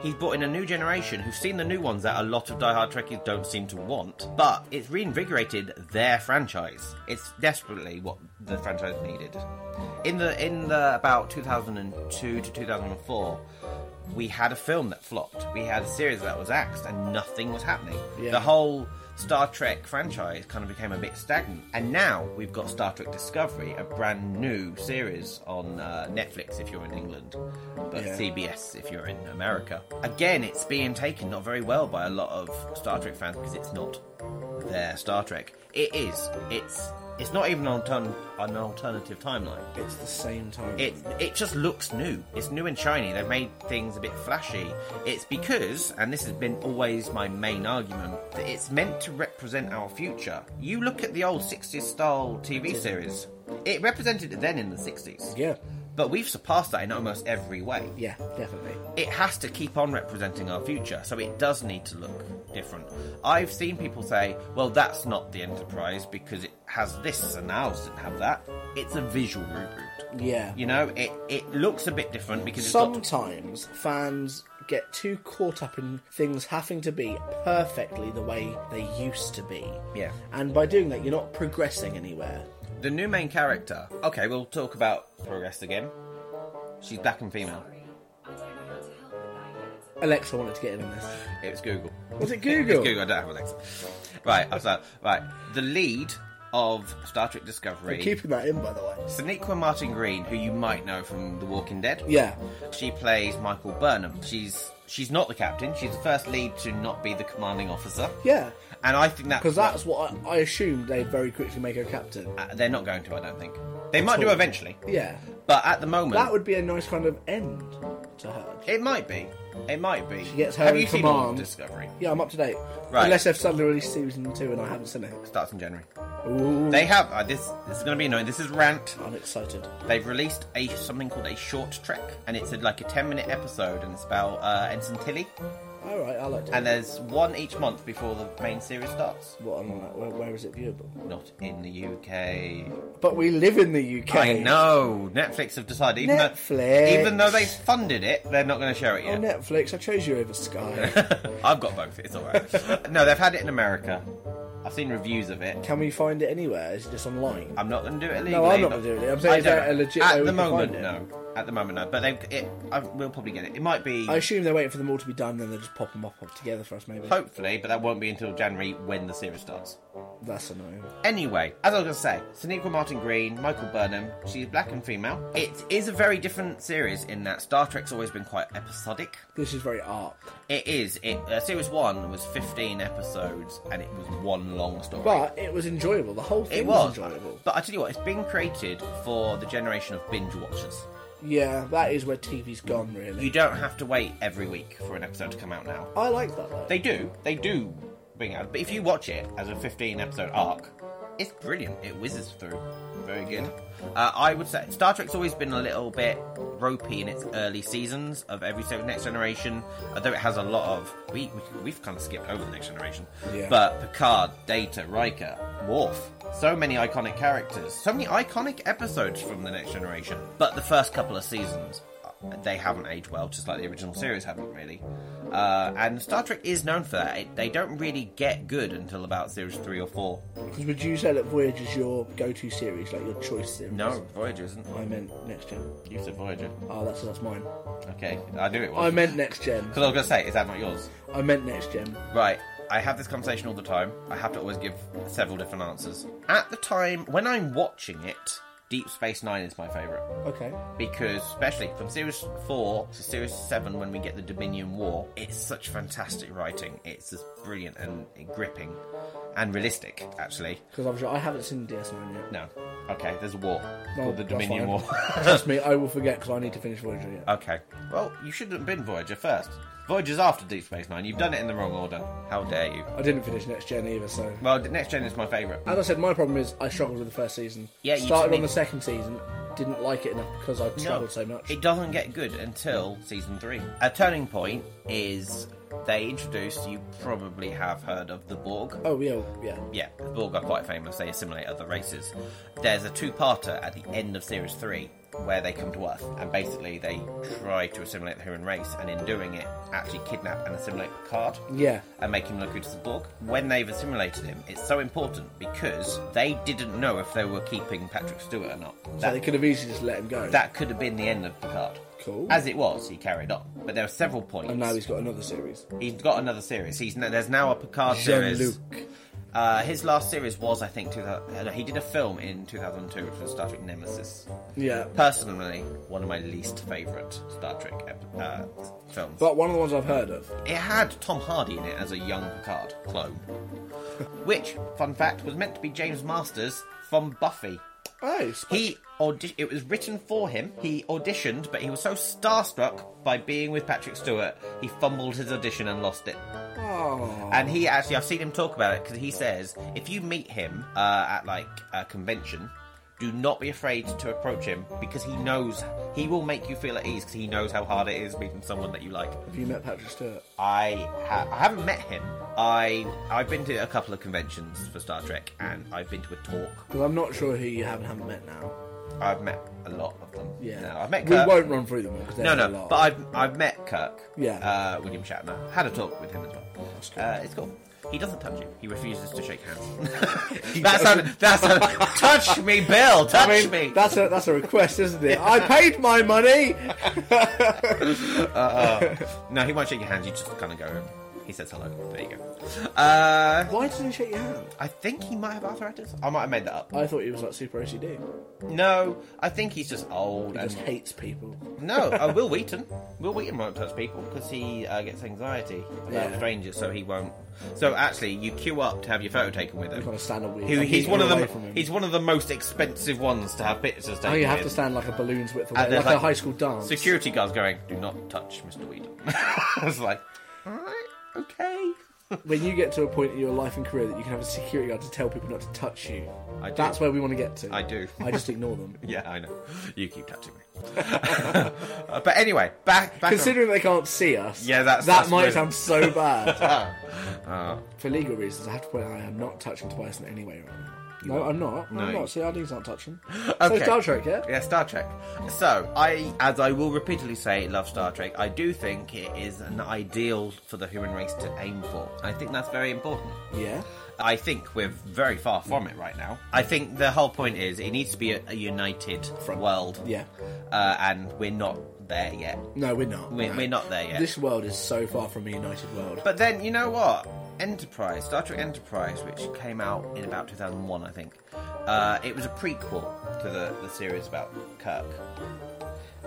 He's brought in a new generation who've seen the new ones that a lot of diehard Trekkies don't seem to want, but it's reinvigorated their franchise. It's desperately what the franchise needed. In the in the about 2002 to 2004, we had a film that flopped. We had a series that was axed, and nothing was happening.
Yeah.
The whole Star Trek franchise kind of became a bit stagnant, and now we've got Star Trek Discovery, a brand new series on uh, Netflix if you're in England, but
Yeah.
CBS if you're in America. Again, it's being taken not very well by a lot of Star Trek fans because it's not their Star Trek. It is. It's. It's not even an, altern- an alternative timeline
It's the same time.
it it just looks new. It's new and shiny. They've made things a bit flashy. It's because, and this has been always my main argument, that it's meant to represent our future. You look at the old 60s style TV series. It represented it then in the 60s.
yeah,
But we've surpassed that in almost every way.
yeah, definitely.
It has to keep on representing our future, so it does need to look different. I've seen people say, well, that's not the Enterprise because it has this and ours didn't have that. It's a visual reboot.
Yeah.
You know, it, it looks a bit different because it's got
Sometimes fans get too caught up in things having to be perfectly the way they used to be.
Yeah.
And by doing that, you're not progressing anywhere.
the new main character. Okay, we'll talk about progress again. She's black and female.
Sorry, I don't know how to help with that yet.
Alexa wanted to get in on this.
It was Google.
Was it
It's
Google?
Google. I don't have Alexa. Right, I'm sorry. Right, the lead of Star Trek Discovery,
Keeping that in, by the way.
Sonequa Martin Green, who you might know from The Walking Dead.
Yeah.
She plays Michael Burnham. She's she's not the captain. She's the first lead to not be the commanding officer.
Yeah.
And I think that's
Because
what-
that's what I, I assumed they'd very quickly make her captain.
uh, they're not going to. I don't think they might do
all.
eventually.
Yeah.
But at the moment,
That would be a nice kind of end to her.
It might be. It might be. She
gets her
Have
in
you seen
command.
All of Discovery?
Yeah, I'm up to date.
Right.
Unless they've suddenly released season two and I haven't seen it.
Starts in January.
Ooh.
They have. Uh, this, this is going to be annoying. This is rant.
I'm excited.
They've released a something called a short trek, and it's a, like a ten minute episode, and it's about uh, Ensign Tilly.
All right, I like it.
And there's one each month before the main series starts.
What am I? Where, where is it viewable?
Not in the UK.
But we live in the UK.
I know Netflix have decided, even
Netflix.
though even though they funded it, they're not going to share it
Oh,
yet.
Netflix, I chose you over Sky.
I've got both. It's alright. no, they've had it in America. I've seen reviews of it.
Can we find it anywhere? Is it just online?
I'm not going to do it illegally.
No, I'm not
but-
going to do it. I'm saying
I
is
don't
that a
know.
legit way
At
we
the
can find
moment,
it?
no. At the moment, no. But they, it, I, we'll probably get it. It might be,
I assume they're waiting for them all to be done, then they'll just pop them up together for us, maybe.
hopefully, but that won't be until January when the series starts.
That's annoying.
Anyway, as I was going to say, Sonequa Martin Green, Michael Burnham, she's black and female. It is a very different series in that Star Trek's always been quite episodic.
This is very arc.
It is. It, uh, series one was 15 episodes, and it was one long story.
But it was enjoyable. The whole thing
it was.
enjoyable.
But I tell you what, it's been created for the generation of binge watchers.
Yeah, that is where TV's gone, really.
You don't have to wait every week for an episode to come out now.
I like that, though.
They do, they do bring out. But if you watch it as a 15 episode arc, it's brilliant. It whizzes through. Very good. Uh, I would say Star Trek's always been a little bit ropey in its early seasons of every series. Next Generation, although it has a lot of we, we we've kind of skipped over the Next Generation,
Yeah.
but Picard, Data, Riker, Worf, so many iconic characters, so many iconic episodes from the Next Generation. But the first couple of seasons, uh, they haven't aged well, just like the original series haven't really. Uh, and Star Trek is known for that. It, they don't really get good until about series three or four.
Because would you say that Voyage is your go-to series, like your choice series?
No, Voyager isn't.
I meant Next Gen.
You said Voyager.
Oh, that's that's mine.
Okay, I knew it was.
I meant Next Gen.
Because I was going to say, is that not yours?
I meant Next Gen.
Right, I have this conversation all the time. I have to always give several different answers. At the time, when I'm watching it, Deep Space Nine is my favourite.
Okay.
because especially from series 4 to series 7 when we get the dominion war it's such fantastic writing it's just brilliant and gripping and realistic actually
Because obviously I haven't seen DS9 yet.
no okay there's a war It's
No,
called the
Oh, that's
dominion war
fine. Trust me, I will forget because I need to finish Voyager yet.
okay well you shouldn't have been voyager first voyager's after deep space nine you've done it in the wrong order how dare you
I didn't finish Next Gen either, so.
well the next gen is my favorite
As I said, my problem is I struggled with the first season.
Yeah, you just
Started
need-
on the second season, didn't like it enough because I struggled so much.
It doesn't get good until season three. A turning point is they introduced, you probably have heard of the Borg.
Oh, yeah, yeah.
Yeah, the Borg are quite famous. They assimilate other races. There's a two-parter at the end of series three where they come to Earth and basically they try to assimilate the human race, and in doing it, actually kidnap and assimilate Picard
Yeah.
and make him look good to the Borg. When they've assimilated him, it's so important because they didn't know if they were keeping Patrick Stewart or not.
So they could have easily just let him go.
That could have been the end of Picard.
Cool.
As it was, he carried on, but there were several points.
and now he's got another series.
He's got another series. He's n- there's now a Picard series.
Jean-Luc.
Uh, his last series was, I think, 2000, uh, he did a film in 2002, which was Star Trek Nemesis.
Yeah.
Personally, one of my least favourite Star Trek ep- uh, films.
But one of the ones I've heard of.
it had Tom Hardy in it as a young Picard clone, which, fun fact, was meant to be James Masters from Buffy.
Oh, sp-
He audi- it was written for him. He auditioned, but he was so starstruck by being with Patrick Stewart, he fumbled his audition and lost it.
oh.
And he actually, I've seen him talk about it because he says if you meet him uh, at like a convention, do not be afraid to approach him because he knows he will make you feel at ease because he knows how hard it is meeting someone that you like.
Have you met Patrick Stewart?
I ha- I haven't met him. I I've been to a couple of conventions for Star Trek and I've been to a talk.
Because I'm not sure who you have and haven't met now.
I've met a lot of them.
Yeah.
No, I've met.
we
Kirk.
won't run through them all because
No,
there's a
no,
lot.
but I've, I've met Kirk.
Yeah.
Uh, William Shatner. Had a talk with him as well.
cool.
Uh, it's cool. He doesn't touch you. He refuses to shake hands. that's an, that's an, touch me, Bill. Touch
I mean,
me.
that's a that's a request, isn't it? I paid my money.
No, he won't shake your hand. You just kind of go. He says hello. There you go. Uh,
Why didn't he shake your hand?
I think he might have arthritis. I might have made that up.
I thought he was like super OCD.
No, I think he's just old.
He
and
just hates people.
No, uh, Will Wheaton. Will Wheaton won't touch people because he uh, gets anxiety about
Yeah.
strangers, so he won't. So actually, you queue up to have your photo taken with him.
You gotta stand up weird.
He-
Like,
he's
you
one of
get
the
away from him.
he's one of the most expensive ones to have pictures taken.
Oh, you have
with.
to stand like a balloon's width away,
And
like,
there's,
a high school dance.
Security guards going, "Do not touch Mr. Wheaton." I was like, "All right, okay."
When you get to a point in your life and career that you can have a security guard to tell people not to touch you,
I do.
that's where we want to get to.
I do.
I just ignore them.
Yeah, I know. You keep touching me. Uh, but anyway, back back. on-
Considering they can't see us,
Yeah, that's-
that
that's
might
really-
sound so bad.
Ah.
For legal reasons, I have to point out I am not touching Tobias in any way right now. No,
are.
I'm not. No,
No,
I'm
you-
not. See, our league's not touching. So
Okay.
Star Trek, yeah?
Yeah, Star Trek. So I, as I will repeatedly say, love Star Trek. I do think it is an ideal for the human race to aim for. I think that's very important.
Yeah.
I think we're very far from it right now. I think the whole point is it needs to be a, a united world.
Yeah.
Uh, and we're not there yet.
No, we're not.
We're,
No.
we're not there yet.
This world is so far from a united world.
But then, you know what? Enterprise, Star Trek Enterprise, which came out in about 2001, I think, uh, it was a prequel to the, the series about Kirk.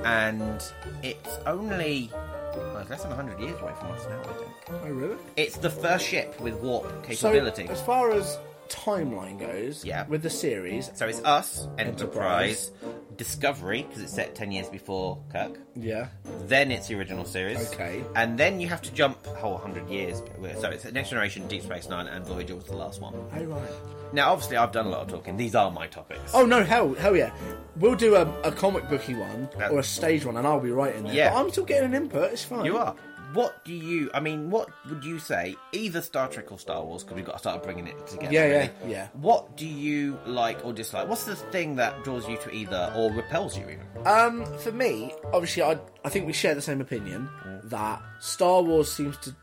And it's only well, it's less than 100 years away from us now, I think.
oh, really?
It's the first ship with warp
So,
capability. So,
as far as timeline goes,
Yeah.
with the series,
it's us, Enterprise,
Enterprise.
Discovery, because it's set 10 years before Kirk.
yeah.
Then it's the original series.
Okay.
And then you have to jump a whole 100 years. So it's Next Generation, Deep Space Nine, and Voyager was the last one.
Oh, right.
Now, obviously, I've done a lot of talking. These are my topics.
Oh, no, hell, hell yeah. We'll do a, a comic booky one
Yeah.
or a stage one, and I'll be right in there.
Uh, Yeah.
But I'm still getting an input, it's fine.
You are. What do you? I mean, what would you say? Either Star Trek or Star Wars, because we've got to start bringing it together.
Yeah, yeah,
really.
yeah.
What do you like or dislike? What's the thing that draws you to either or repels you even?
Um, for me, obviously, I, I think we share the same opinion that Star Wars seems to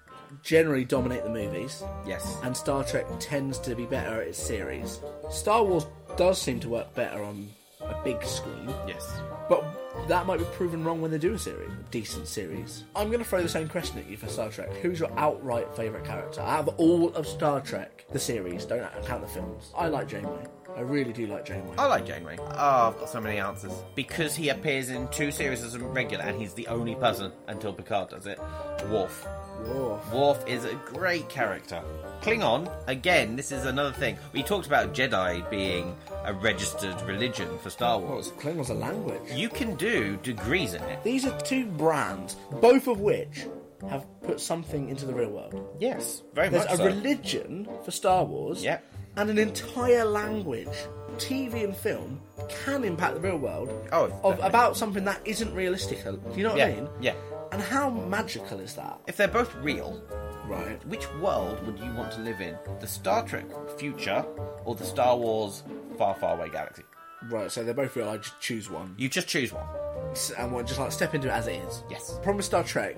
generally dominate the movies,
yes.
and Star Trek tends to be better at its series. Star Wars does seem to work better on a big screen,
Yes.
but that might be proven wrong when they do a series, a decent series. I'm going to throw the same question at you for Star Trek. Who's your outright favourite character out of all of Star Trek, the series? Don't count the films. I like Janeway. I really do like Janeway.
I like Janeway. Oh, I've got so many answers. Because he appears in two series as a regular and he's the only person until Picard does it. Worf.
Whoa.
Worf is a great character. Klingon, again, this is another thing. We talked about Jedi being a registered religion for Star
Oh,
Wars.
Klingon's a language.
You can do degrees in it.
These are two brands, both of which have put something into the real world.
Yes, very
There's
much
a
so.
religion for Star Wars,
Yep.
and an entire language. TV and film can impact the real world
Oh,
of,
definitely.
about something that isn't realistic. Do you know what
yeah,
I mean?
yeah.
And how magical is that?
If they're both real,
Right.
which world would you want to live in? The Star Trek future or the Star Wars far, far away galaxy?
Right, so they're both real. I just choose one.
You just choose one.
And one just like step into it as it is.
Yes.
The problem with Star Trek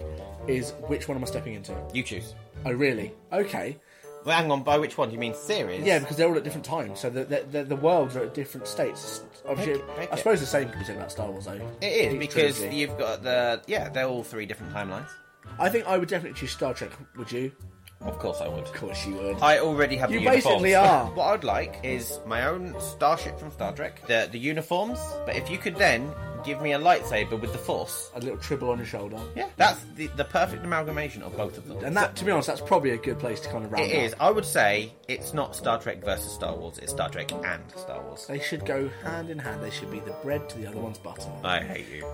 is which one am I stepping into?
You choose.
Oh, really? Okay.
Well, hang on, by which one? Do you mean series?
Yeah, because they're all at different times, so the the, the, the worlds are at different states. Obviously,
Heck- heck
I
yeah.
suppose the same could be said about Star Wars, though.
It is,
Each
because
trilogy.
you've got the. Yeah, they're all three different timelines.
I think I would definitely choose Star Trek. Would you?
Of course I would.
Of course, you would.
I already have
You
the uniforms.
basically are.
What I'd like is my own starship from Star Trek, the, the uniforms, but if you could then give me a lightsaber with the Force.
A little tribble on your shoulder,
Yeah, that's the, the perfect amalgamation of both of them.
and that, to be honest, that's probably a good place to kind of round
It is.
up.
I would say it's not Star Trek versus Star Wars. It's Star Trek and Star Wars.
They should go hand in hand. They should be the bread to the other one's butter.
I hate you.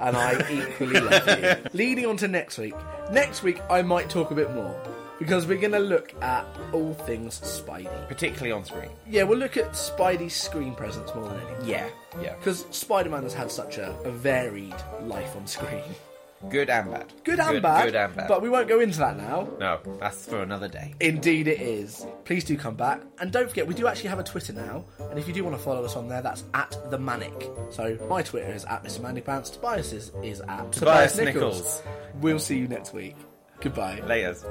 and I equally love you. Leading on to next week. Next week, I might talk a bit more because we're going to look at all things Spidey.
Particularly on screen.
Yeah, we'll look at Spidey's screen presence more than anything.
Yeah. Yeah.
Because Spider Man has had such a, a varied life on screen.
Good and bad.
Good and bad.
Good and bad.
But we won't go into that now.
No, that's for another day.
Indeed, it is. Please do come back. And don't forget, we do actually have a Twitter now. And if you do want to follow us on there, that's at The Manic. So my Twitter is at Mr. Manic Pants. Tobias's is at
Tobias
Tobias Nichols.
Nichols.
We'll see you next week. Goodbye.
Layers.